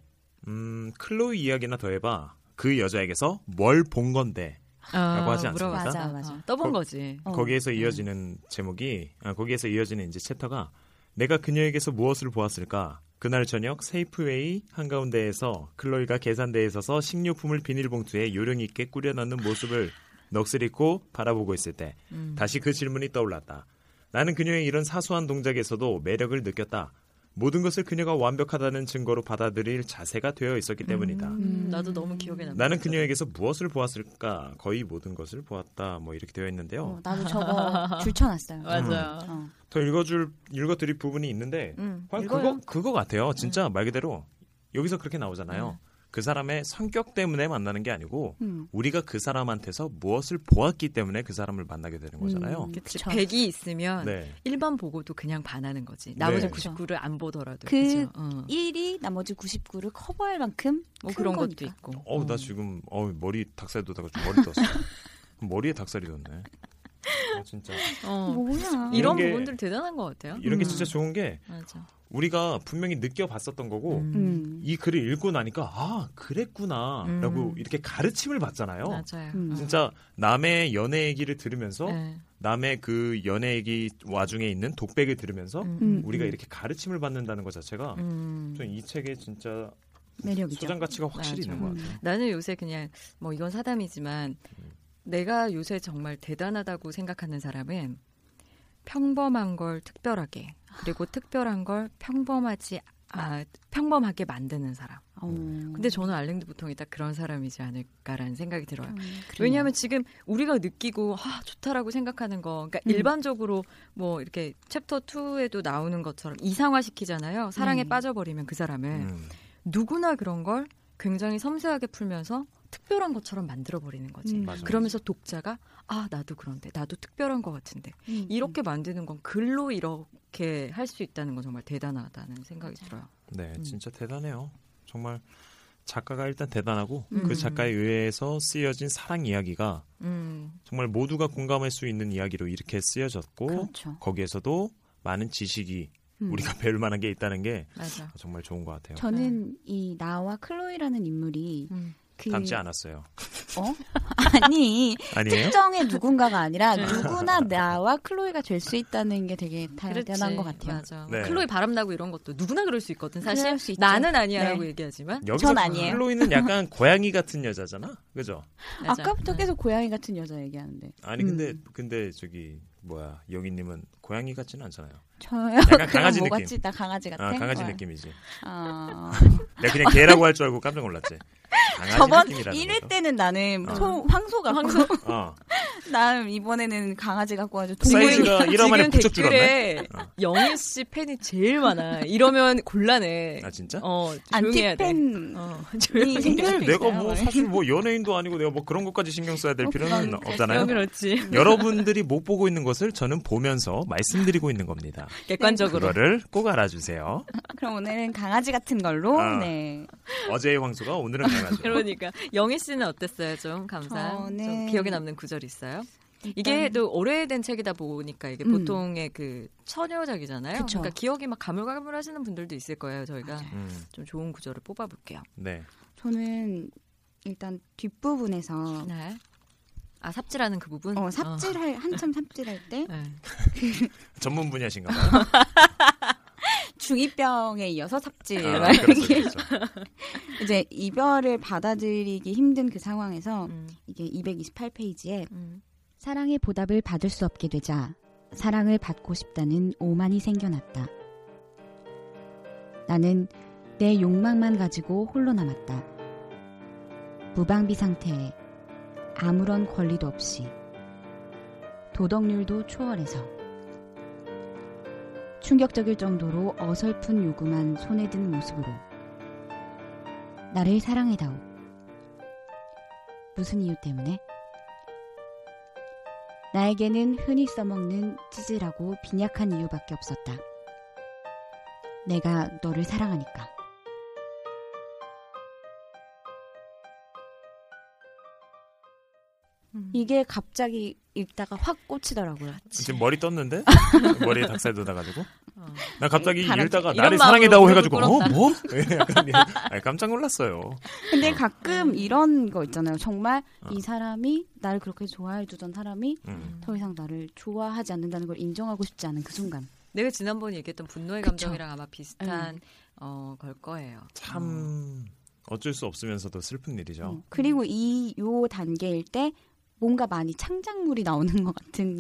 S1: 음 클로이 이야기나 더해봐 그 여자에게서 뭘 본 건데
S2: 라고
S1: 하지 않습니까?
S3: 맞아, 맞아.
S2: 어, 떠본
S1: 거-
S2: 거지.
S3: 어.
S1: 거기에서 이어지는 제목이 아, 거기에서 이어지는 이제 챕터가 내가 그녀에게서 무엇을 보았을까? 그날 저녁 세이프웨이 한가운데에서 클로이가 계산대에 서서 식료품을 비닐봉투에 요령 있게 꾸려 넣는 모습을 넋을잃고 바라보고 있을 때 다시 그 질문이 떠올랐다. 나는 그녀의 이런 사소한 동작에서도 매력을 느꼈다. 모든 것을 그녀가 완벽하다는 증거로 받아들일 자세가 되어 있었기 때문이다.
S2: 음, 나도 너무 기억에 남아.
S1: 나는 그녀에게서 무엇을 보았을까? 거의 모든 것을 보았다. 뭐 이렇게 되어 있는데요.
S2: *laughs*
S3: 어, 나도 저거 줄쳐놨어요.
S2: 맞아요.
S3: 어.
S1: 더 읽어줄 읽어드릴 부분이 있는데
S2: 음,
S1: 과연
S2: 읽어요. 네.
S1: 그거 그거 같아요. 진짜 말 그대로 여기서 그렇게 나오잖아요. 그 사람의 성격 때문에 만나는 게 아니고
S3: 음.
S1: 우리가 그 사람한테서 무엇을 보았기 때문에 그 사람을 만나게 되는 거잖아요.
S3: 음,
S2: 그치.
S3: 그쵸.
S2: 백이 있으면
S1: 네,
S2: 1번 보고도 그냥 반하는 거지. 나머지
S1: 네.
S2: 99를 안 보더라도.
S3: 그-
S2: 그죠? 어.
S3: 1이 나머지 99를 커버할 만큼
S2: 뭐
S3: 큰
S2: 그런 것도
S3: 거니까.
S2: 있고.
S1: 어우 *laughs* 나 지금 어우 머리 닭살 돋다가 머리 떴어. 머리에 닭살이 돋네. 아, 진짜
S2: 어.
S3: 뭐야?
S2: 이런
S1: 이런 게-
S2: 부분들 대단한 것 같아요.
S1: 이런 게
S3: 음.
S1: 진짜 좋은 게
S2: 맞아.
S1: 우리가 분명히 느껴봤었던 거고
S3: 음.
S1: 이 글을 읽고 나니까 아 그랬구나라고
S2: 음.
S1: 이렇게 가르침을 받잖아요.
S2: 맞아요.
S3: 음.
S2: 어.
S1: 진짜 남의 연애 얘기를 들으면서
S2: 네.
S1: 남의 그 연애 얘기 와중에 있는 독백을 들으면서
S2: 음.
S1: 우리가 이렇게 가르침을 받는다는 것 자체가
S2: 음.
S1: 좀 이 책에 진짜
S3: 매력이죠.
S1: 소장 가치가 확실히
S2: 맞아.
S1: 있는 것 같아요.
S2: 나는 요새 그냥 뭐 이건 사담이지만
S1: 음.
S2: 내가 요새 정말 대단하다고 생각하는 사람은 평범한 걸 특별하게 그리고 특별한 걸 평범하지 아, 평범하게 만드는 사람.
S3: 어.
S2: 근데 저는 알랭드 보통이 딱 그런 사람이지 않을까라는 생각이 들어요.
S3: 음, 그래요.
S2: 왜냐하면 지금 우리가 느끼고 아, 좋다라고 생각하는 거, 그러니까
S3: 음.
S2: 일반적으로 뭐 이렇게 챕터 2에도 나오는 것처럼 이상화시키잖아요. 사랑에
S3: 네.
S2: 빠져버리면 그 사람을
S1: 음.
S2: 누구나 그런 걸 굉장히 섬세하게 풀면서 특별한 것처럼 만들어 버리는 거지.
S3: 음.
S1: 맞아요.
S2: 그러면서 독자가 아 나도 그런데 나도 특별한 것 같은데
S3: 음,
S2: 이렇게 만드는 건 글로 이렇게 할 수 있다는 건 정말 대단하다는 생각이 들어요.
S1: 네,
S2: 음.
S1: 진짜 대단해요. 정말 작가가 일단 대단하고
S2: 음.
S1: 그 작가에 의해서 쓰여진 사랑 이야기가
S2: 음,
S1: 정말 모두가 공감할 수 있는 이야기로 이렇게 쓰여졌고
S3: 그렇죠.
S1: 거기에서도 많은 지식이
S3: 음.
S1: 우리가 *laughs* 배울 만한 게 있다는 게
S2: 맞아.
S1: 정말 좋은 것 같아요.
S2: 네.
S3: 저는 이 나와
S2: *laughs*
S3: 클로이라는 인물이
S2: 음.
S3: 그
S1: 닮지 않았어요.
S3: 어? 아니
S1: 아니에요?
S3: 특정의 누군가가 아니라
S2: 네.
S3: 누구나 나와 클로이가 될 수 있다는 게 되게 다양한
S2: 그렇지.
S3: 것 같아요.
S2: 맞아.
S1: 네.
S2: 클로이 바람나고 이런 것도 누구나 그럴 수 있거든. 사실
S3: 그럴 수 있죠.
S2: 나는 아니야라고
S3: 네.
S2: 얘기하지만
S1: 여기서
S3: 전 아니에요.
S1: 클로이는
S3: *laughs*
S1: 약간 고양이 같은 여자잖아, 그죠?
S2: 맞아.
S3: 까부터
S2: 네.
S3: 계속 고양이 같은 여자 얘기하는데
S1: 아니 근데
S3: 음.
S1: 근데 저기 뭐야 여기님은 고양이 같지는 않잖아요.
S3: 저요.
S1: 약간
S3: 그럼
S1: 강아지
S3: *laughs* 뭐
S1: 느낌.
S3: 같지? 나 강아지 같아.
S1: 아 강아지
S3: 어.
S1: 느낌이지.
S3: 아.
S1: 내가 그냥 개라고 할 줄 알고 깜짝 놀랐지. 강아지
S3: 저번
S1: 느낌이라는
S3: 1회
S1: 거죠.
S3: 때는 나는
S1: 어.
S3: 소, 황소 같고 *laughs*
S1: 어.
S3: 난 이번에는 강아지 갖고
S2: 네.
S3: 아주 동물
S1: 사이즈가 1화 만에
S2: 지금
S1: 부쩍 줄었네.
S2: 댓글에 영희 씨 팬이 제일 많아. 이러면 곤란해.
S1: 아 진짜?
S2: 어, 조용해야 돼.
S3: 안티팬이
S2: 어, *laughs* 조용히.
S3: 생길 수도 있어요.
S1: 내가 뭐 사실 뭐 연예인도 아니고 내가 뭐 그런 것까지 신경 써야 될
S3: 어,
S1: 필요는
S3: 그건
S1: 없잖아요.
S2: 그렇지.
S1: 여러분들이 못 보고 있는 것을 저는 보면서 말씀드리고 있는 겁니다.
S2: 객관적으로.
S1: 그거를 꼭 알아주세요.
S3: 그럼 오늘은 강아지 같은 걸로
S1: 아.
S3: 네.
S1: 어제의 황수가 오늘은 강하죠.
S2: 그러니까 영희 씨는 어땠어요? 네. 좀 감상. 좀
S3: 저는-
S2: 기억에 남는 구절이 있어요? 이게 또 오래된 책이다 보니까 이게
S3: 음.
S2: 보통의 그 처녀작이잖아요.
S3: 그쵸.
S2: 그러니까 기억이 막 가물가물하시는 분들도 있을 거예요. 저희가
S1: 음,
S2: 좀 좋은 구절을 뽑아볼게요.
S1: 네.
S3: 저는 일단 뒷부분에서
S2: 네. 아 삽질하는 그 부분.
S3: 어, 음, 삽질할 한참 삽질할 때
S2: *laughs* 어. 네.
S1: 전문 분야신가 봐요.
S3: 중이병에 *laughs* 이어서 삽질
S1: 아,
S3: 막
S1: 그렇죠, 그렇죠.
S3: 이제 이별을 받아들이기 힘든 그 상황에서
S2: 음,
S3: 이게 228페이지에
S2: 음.
S3: 사랑의 보답을 받을 수 없게 되자 사랑을 받고 싶다는 오만이 생겨났다. 나는 내 욕망만 가지고 홀로 남았다. 무방비 상태에 아무런 권리도 없이 도덕률도 초월해서 충격적일 정도로 어설픈 요구만 손에 든 모습으로 나를 사랑해다오. 무슨 이유 때문에? 나에게는 흔히 써먹는 찌질하고 빈약한 이유밖에 없었다. 내가 너를 사랑하니까.
S2: 음.
S3: 이게 갑자기 읽다가 확 꽂히더라고요.
S1: 아, 지금 머리 떴는데 머리에 닭살 돋아가지고
S2: 어.
S1: 나 갑자기
S2: 바람-
S1: 읽다가
S2: 이런
S1: 나를
S2: 마음으로
S1: 사랑해다오
S2: 무릎을
S1: 해가지고 어
S2: 꿇었다.
S1: 뭐? 예, 약간 예. 아니, 깜짝 놀랐어요.
S3: 근데
S1: 어.
S3: 가끔 이런 거 있잖아요. 정말
S1: 어.
S3: 이 사람이 나를 그렇게 좋아해 주던 사람이
S1: 음.
S3: 더 이상 나를 좋아하지 않는다는 걸 인정하고 싶지 않은 그 순간.
S2: 내가 지난번에 얘기했던 분노의
S3: 그쵸. 음.
S2: 감정이랑 아마 비슷한 어, 걸 거예요.
S1: 참 어쩔 수 없으면서도 슬픈 일이죠.
S3: 음. 그리고 이 요 단계일 때 뭔가 많이 창작물이 나오는 것 같은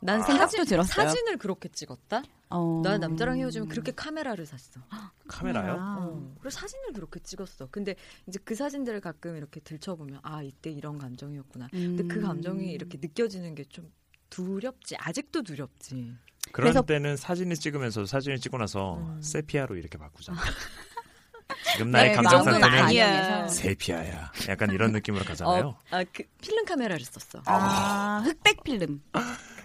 S2: 난
S3: 생각도 들었어요.
S2: 아. 사진을 그렇게 찍었다.
S3: 어... 아.
S2: 난 남자랑 헤어지면 그렇게 카메라를 샀어.
S1: 카메라요?
S3: 음.
S2: 어. 그래서 사진을 그렇게 찍었어. 근데 이제 그 사진들을 가끔 이렇게 들춰보면 아 이때 이런 감정이었구나. 근데 그
S3: 음.
S2: 감정이 이렇게 느껴지는 게 좀 두렵지. 아직도 두렵지.
S1: 그럴
S3: 그래서-
S1: 때는 사진을 찍으면서 사진을 찍고 나서
S2: 음.
S1: 세피아로 이렇게 바꾸자. 지금 나의 감정
S3: 네, 마음은
S1: 상태는
S3: 아니야.
S1: 세피아야. 약간 이런 느낌으로 가잖아요.
S2: 어, 아그 필름 카메라를 썼어.
S3: 아, 흑백 필름.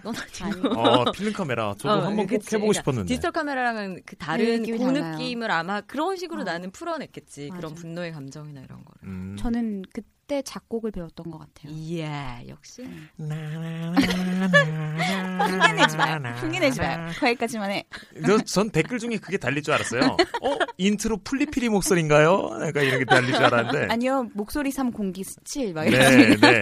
S2: 넌
S3: 아니.
S1: 어, 필름 카메라 저도
S2: 어,
S1: 한번 꼭
S2: 그치.
S1: 해보고
S2: 그러니까
S1: 싶었는데.
S2: 디지털 카메라랑은 그
S3: 네,
S2: 다른 그
S3: 느낌이 달라요.
S2: 느낌을 아마 그런 식으로
S3: 어.
S2: 나는 풀어냈겠지. 그런
S3: 맞아.
S2: 분노의 감정이나 이런 거를.
S1: 음.
S3: *laughs* 저는 예, 그때 작곡을 배웠던 것 같아요.
S2: 이야 역시
S3: 흉내내지
S1: 아,
S3: 마요. 흉내내지 마요. 거기까지만 해.
S1: 저- 전 댓글 중에 그게 달릴 줄 알았어요. 어? 인트로 플리피리 목소리인가요? 약간 이런 게 달릴 줄 알았는데.
S3: 아니요, 목소리 3 공기 17. 막 *laughs* 이런.
S1: 네, 네.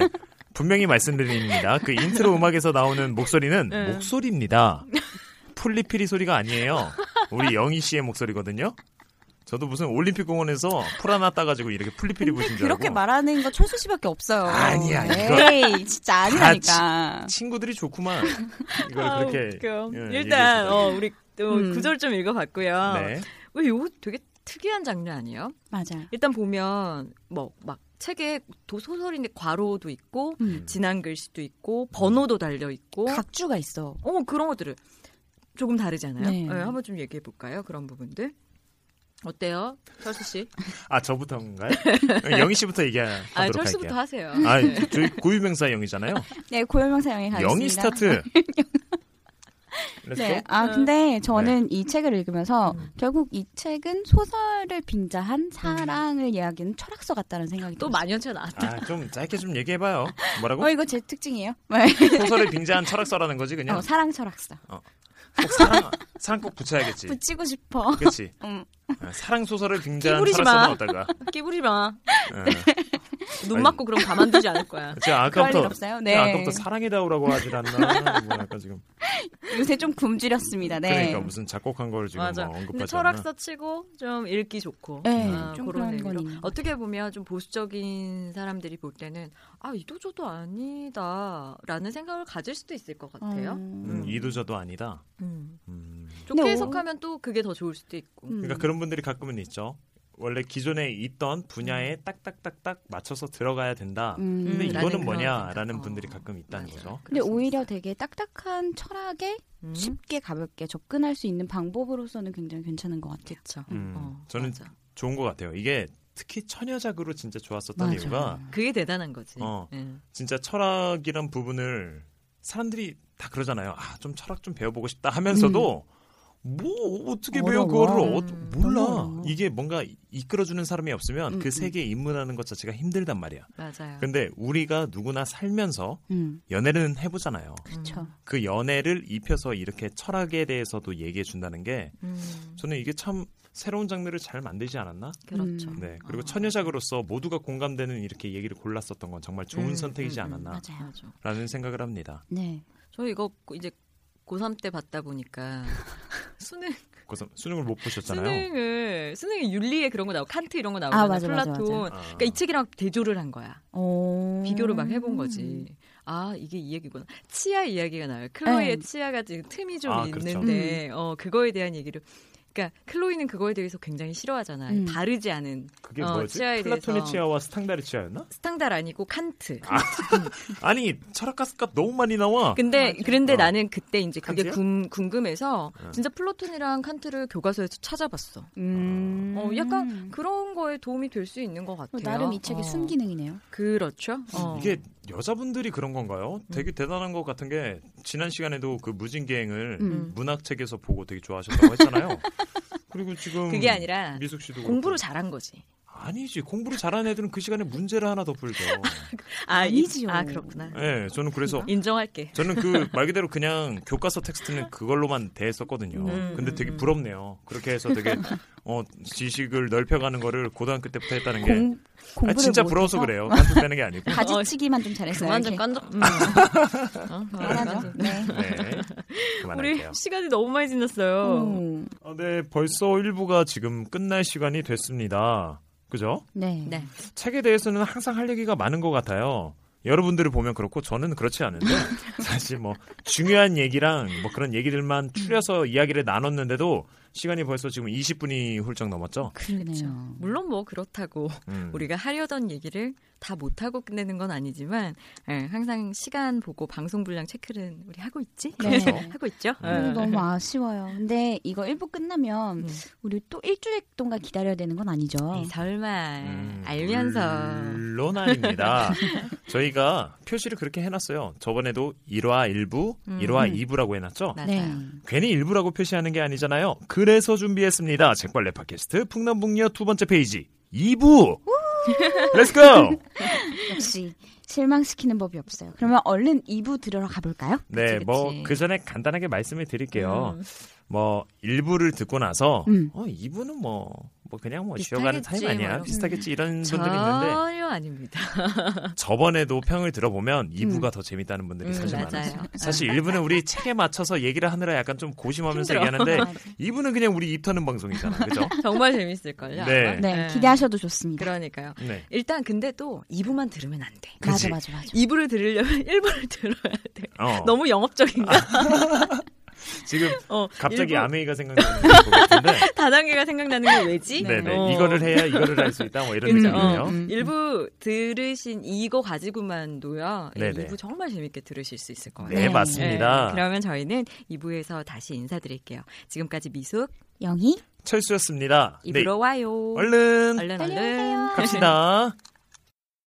S1: 분명히 말씀드립니다. 그 인트로 음악에서 나오는 목소리는
S2: 네.
S1: 목소리입니다. 플리피리 소리가 아니에요. 우리 영희 씨의 목소리거든요. 저도 무슨 올림픽 공원에서 풀 하나 따가지고 이렇게 플리피리 부신 줄 알고
S3: 그렇게 말하는 거 철수 씨밖에 없어요.
S1: 아니야,
S3: 에이, 진짜 아니라니까.
S1: 친구들이 좋구만. 이걸 그렇게
S2: 아, 웃겨.
S1: 예,
S2: 일단
S1: 얘기해주더니.
S2: 어, 우리 또
S3: 음.
S2: 구절 좀 읽어봤고요.
S1: 네.
S2: 왜 이거 되게 특이한 장르 아니에요?
S3: 맞아요.
S2: 일단 보면 뭐 막 책에 도소설인데 괄호도 있고
S3: 음.
S2: 진한 글씨도 있고 번호도 달려 있고
S3: 각주가 있어.
S2: 어 그런 것들을 조금 다르잖아요.
S3: 네.
S2: 네, 한번 좀 얘기해 볼까요? 그런 부분들 어때요, 철수 씨?
S1: 아 저부터인가요? 영희 씨부터 얘기하도록
S2: 아, 철수부터
S1: 할게요.
S2: 하세요.
S1: 아, 저희 고유명사 영희잖아요.
S3: 네, 고열명사 영이 가겠습니다.
S1: 영희 스타트.
S3: *laughs*
S1: 렛츠
S3: 네,
S1: 고.
S3: 아 근데 저는 이 책을 읽으면서
S1: 음.
S3: 결국 이 책은 소설을 빙자한 사랑을 이야기하는 철학서 같다는 생각이
S2: 또
S3: 들었어요.
S2: 만연차 나왔다.
S1: 아, 좀 짧게 좀 얘기해봐요. 뭐라고?
S3: 어 이거 제 특징이에요.
S1: 소설에 빙자한 철학서라는 거지 그냥.
S3: 어, 사랑 철학서.
S1: 꼭 사랑, 사랑 꼭 붙여야겠지.
S3: 붙이고 싶어.
S1: 그렇지.
S3: 음.
S1: 아, 사랑 소설을 빙자한
S2: 끼부리지 마.
S1: 철학서는
S3: *laughs*
S1: 어떨까?
S2: 아. 끼부리지 마.
S1: 어.
S2: 눈
S1: 아니.
S2: 맞고 그럼 가만두지 않을 거야.
S1: 제가
S3: 그럴 일
S1: 아까부터
S3: 없어요.
S1: 제가
S3: 네.
S1: 아까부터 사랑해다오라고 하질 않나. 뭐 약간 지금
S3: 요새 좀 굶주렸습니다. 네.
S1: 그러니까 무슨 작곡한 걸 *laughs* 지금
S2: 맞아.
S1: 뭐
S2: 근데
S1: 언급하지 않나.
S2: 철학서 치고 좀 읽기 좋고.
S1: 음.
S3: 네,
S2: 아,
S3: 좀 그런
S2: 의미로.
S3: 건 있는 것
S2: 어떻게 보면 좀 보수적인 사람들이 볼 때는 아 이도저도 아니다라는 생각을 가질 수도 있을 것
S3: 어.
S2: 같아요.
S1: 음, 이도저도 아니다.
S2: 음.
S1: 음.
S2: 좋게
S3: 근데 음. 어-
S2: 해석하면 또 그게 더 좋을 수도 있고.
S1: 그러니까 그런 분들이 가끔은 있죠. 원래 기존에 있던 분야에 딱딱딱딱 맞춰서 들어가야 된다.
S3: 음.
S1: 근데
S2: 음,
S1: 이거는
S2: 라는
S1: 뭐냐라는
S2: 그런
S3: 어.
S1: 분들이
S2: 생각.
S1: 가끔 있다는
S2: 맞아요.
S1: 거죠.
S3: 근데
S2: 그렇습니다.
S3: 오히려 되게 딱딱한 철학에
S2: 음.
S3: 쉽게 가볍게 접근할 수 있는 방법으로서는 굉장히 괜찮은 것 같아요.
S2: 그쵸.
S1: 음,
S2: 어,
S1: 저는
S2: 맞아.
S1: 좋은 것 같아요. 이게 특히 처녀작으로 진짜 좋았었던
S3: 맞아요.
S1: 이유가
S2: 그게 대단한 거지.
S1: 어.
S2: 음.
S1: 진짜 철학이란 부분을 사람들이 다 그러잖아요. 아, 좀 철학 좀 배워보고 싶다 하면서도 뭐 어떻게 배워
S3: 음. 어려워.
S1: 그거를 어,
S2: 음,
S1: 몰라.
S3: 너무 어려워.
S1: 이게 뭔가 이끌어주는 사람이 없으면
S3: 음,
S1: 그
S3: 음.
S1: 세계에 입문하는 것 자체가 힘들단 말이야.
S2: 맞아요.
S1: 근데 우리가 누구나 살면서
S3: 음.
S1: 연애는 해보잖아요.
S3: 그렇죠.
S1: 그 연애를 입혀서 이렇게 철학에 대해서도 얘기해 준다는 게
S2: 음,
S1: 저는 이게 참 새로운 장르를 잘 만들지 않았나?
S2: 그렇죠.
S3: 음.
S1: 네. 그리고
S2: 어.
S1: 처녀작으로서 모두가 공감되는 이렇게 얘기를 골랐었던 건 정말 좋은
S2: 음,
S1: 선택이지
S2: 음, 음.
S1: 않았나라는
S3: 맞아요.
S2: 맞아.
S1: 생각을 합니다.
S3: 네.
S2: 저 이거 고- 이제 고3 때
S1: *laughs*
S2: 봤다 보니까 수능
S1: 고삼- 수능을 못 보셨잖아요.
S2: 수능을 수능에 윤리에 그런 거 나오고 칸트 이런 거 나오잖아.
S3: 아, 맞아, 맞아,
S2: 플라톤.
S3: 맞아.
S1: 아.
S2: 그러니까 이 책이랑 대조를 한 거야.
S3: 오.
S2: 어. 비교를 막
S3: 음.
S2: 해본 거지. 아 이게 이 얘기구나. 치아 이야기가 나와요. 클로이의
S3: 네.
S2: 치아가 지금 틈이 좀
S1: 아, 그렇죠.
S2: 있는데 어 그거에 대한 얘기를. 그러니까 클로이는 그거에 대해서 굉장히 싫어하잖아.
S3: 음.
S2: 요 다르지 않은
S1: 그게
S2: 어,
S1: 뭐지?
S2: 치아에
S1: 플라톤의
S2: 대해서.
S1: 치아와 스탕다르 치아였나?
S2: 스탕달 아니고 칸트.
S1: 아니 철학가 스값 너무 많이 나와.
S2: 근데 그런데
S1: 어.
S2: 나는 그때 이제 그게
S1: 칸트요?
S2: 궁, 궁금해서
S1: 어.
S2: 진짜 플라톤이랑 칸트를 교과서에서 찾아봤어.
S3: 음. 뭐
S2: 어 약간 그런 거에 도움이 될 수 있는 것 같아요.
S3: 나름 이 책의
S2: 어.
S3: 순기능이네요.
S2: 그렇죠. 어.
S1: 음,
S2: 음.
S1: 이게 여자분들이 그런 건가요? 되게 대단한 것 같은 게 지난 시간에도 그 무진기행을
S3: 음.
S1: 문학책에서 보고 되게 좋아하셨다고
S2: *laughs*
S1: 했잖아요. 그리고 지금
S2: 그게 아니라
S1: 미숙 씨도 그렇고.
S2: 공부를 잘한 거지.
S1: 아니지 공부를 잘하는 애들은 그 시간에 문제를 하나 더
S2: *laughs*
S1: 풀죠.
S2: 아, 이-
S3: 아니지요. 뭐.
S2: 아 그렇구나.
S1: 예, 저는 그래서
S2: 인정할게.
S1: 저는
S3: *laughs*
S1: 그 말 그대로 그냥 교과서 텍스트는 그걸로만 대했었거든요.
S2: 음,
S1: 근데
S2: 음,
S1: 되게
S2: 음.
S1: 부럽네요. 그렇게 해서 되게 어, 지식을 넓혀가는 거를 고등학교 때부터 했다는 게
S3: 공,
S1: 아,
S3: 공부를
S1: 진짜
S3: 못해서
S1: 부러워서 그래요. 간섭되는 게 아니고.
S3: 가지치기만 좀 잘했어요.
S2: 완전
S3: 이렇게.
S2: 깐적. 음. *laughs* 어,
S3: 깐깐하죠. 네. *laughs*
S1: 네,
S2: 우리
S1: 그만할게요.
S2: 시간이 너무 많이 지났어요.
S3: 오.
S1: 아, 네, 벌써 1부가 지금 끝날 시간이 됐습니다. 그죠?
S3: 네.
S2: 네.
S1: 책에 대해서는 항상 할 얘기가 많은 것 같아요. 여러분들을 보면 그렇고 저는 그렇지 않은데 *laughs* 사실 뭐 중요한 얘기랑 뭐 그런 얘기들만 추려서 이야기를 나눴는데도 시간이 벌써 지금 20분이 훌쩍 넘었죠.
S3: 그러네요.
S2: 그렇죠. 물론 뭐 그렇다고
S1: 음.
S2: 우리가 하려던 얘기를 다 못하고 끝내는 건 아니지만 예, 항상 시간 보고 방송 분량 체크는 우리 하고 있지?
S3: 그렇죠.
S2: 하고 있죠?
S3: 근데
S2: 예.
S3: 너무 아쉬워요. 근데 이거 1부 끝나면
S2: 음. 네,
S3: 우리 또 일주일 동안 기다려야 되는 건 아니죠?
S2: 에이, 설마
S1: 음,
S2: 네, 알면서
S1: 물론 아닙니다. *laughs* 저희가 표시를 그렇게 해놨어요. 저번에도 1화 1부,
S2: 음.
S1: 1화 2부라고 해놨죠.
S2: 맞아요.
S3: 네.
S1: 괜히 일부라고 표시하는 게 아니잖아요. 그래서 준비했습니다. 책벌레 팟캐스트 풍남북녀 두 번째 페이지 2부.
S2: *laughs*
S1: 렛츠고!
S3: 역시 실망시키는 법이 없어요. 그러면 얼른 2부 들으러 가볼까요?
S1: 네,
S2: 그치,
S1: 뭐
S2: 그치.
S1: 그 전에 간단하게 말씀을 드릴게요.
S2: 음.
S1: 뭐 일부를 듣고 나서
S3: 음.
S1: 어 이분은 뭐. 뭐 그냥 뭐 쉬어가는 타임
S2: 비슷하겠지,
S1: 아니야
S2: 뭐.
S1: 비슷하겠지 이런 분들이 있는데
S2: 전혀 아닙니다. *laughs*
S1: 저번에도 평을 들어보면 2부가 더 재밌다는 분들이
S2: 음,
S1: 사실
S2: 맞아요.
S1: 많았어요 사실 1부는 우리 책에 맞춰서 얘기를 하느라 약간 좀 고심하면서
S2: 힘들어.
S3: 아, 네.
S2: *laughs*
S1: 얘기하는데 2부는 그냥 우리 입 터는 방송이잖아 그죠?
S2: 정말 재밌을걸요.
S1: 네.
S2: 아마?
S3: 네, 기대하셔도 좋습니다.
S2: 그러니까요.
S1: 네.
S2: 일단 근데 또 2부만 들으면 안 돼.
S1: 그치.
S3: 맞아, 맞아, 맞아.
S2: 2부를 들으려면 *laughs* 1부를 들어야 돼.
S1: 어.
S2: 너무 영업적인가?
S1: 지금
S2: 어,
S1: 갑자기
S2: 일부-
S1: 아메이가 생각나는 것
S2: *laughs*
S1: 같은데
S2: 다단계가 생각나는 게 왜지?
S1: 네. 네
S2: 어.
S1: 이거를 해야 이거를 할 수 있다 뭐 이런
S2: 그죠.
S1: 느낌이에요.
S2: 어, 일부 들으신 이거 가지고만도요. 이
S1: 네네.
S2: 2부 정말 재밌게 들으실 수 있을 거예요.
S1: 네,
S3: 네.
S1: 맞습니다.
S2: 네, 그러면 저희는 2부에서 다시 인사드릴게요. 지금까지 미숙
S3: 영희
S1: 철수였습니다. 네.
S2: 입으로 와요.
S1: 얼른
S2: 얼른. 얼른.
S1: 갑시다.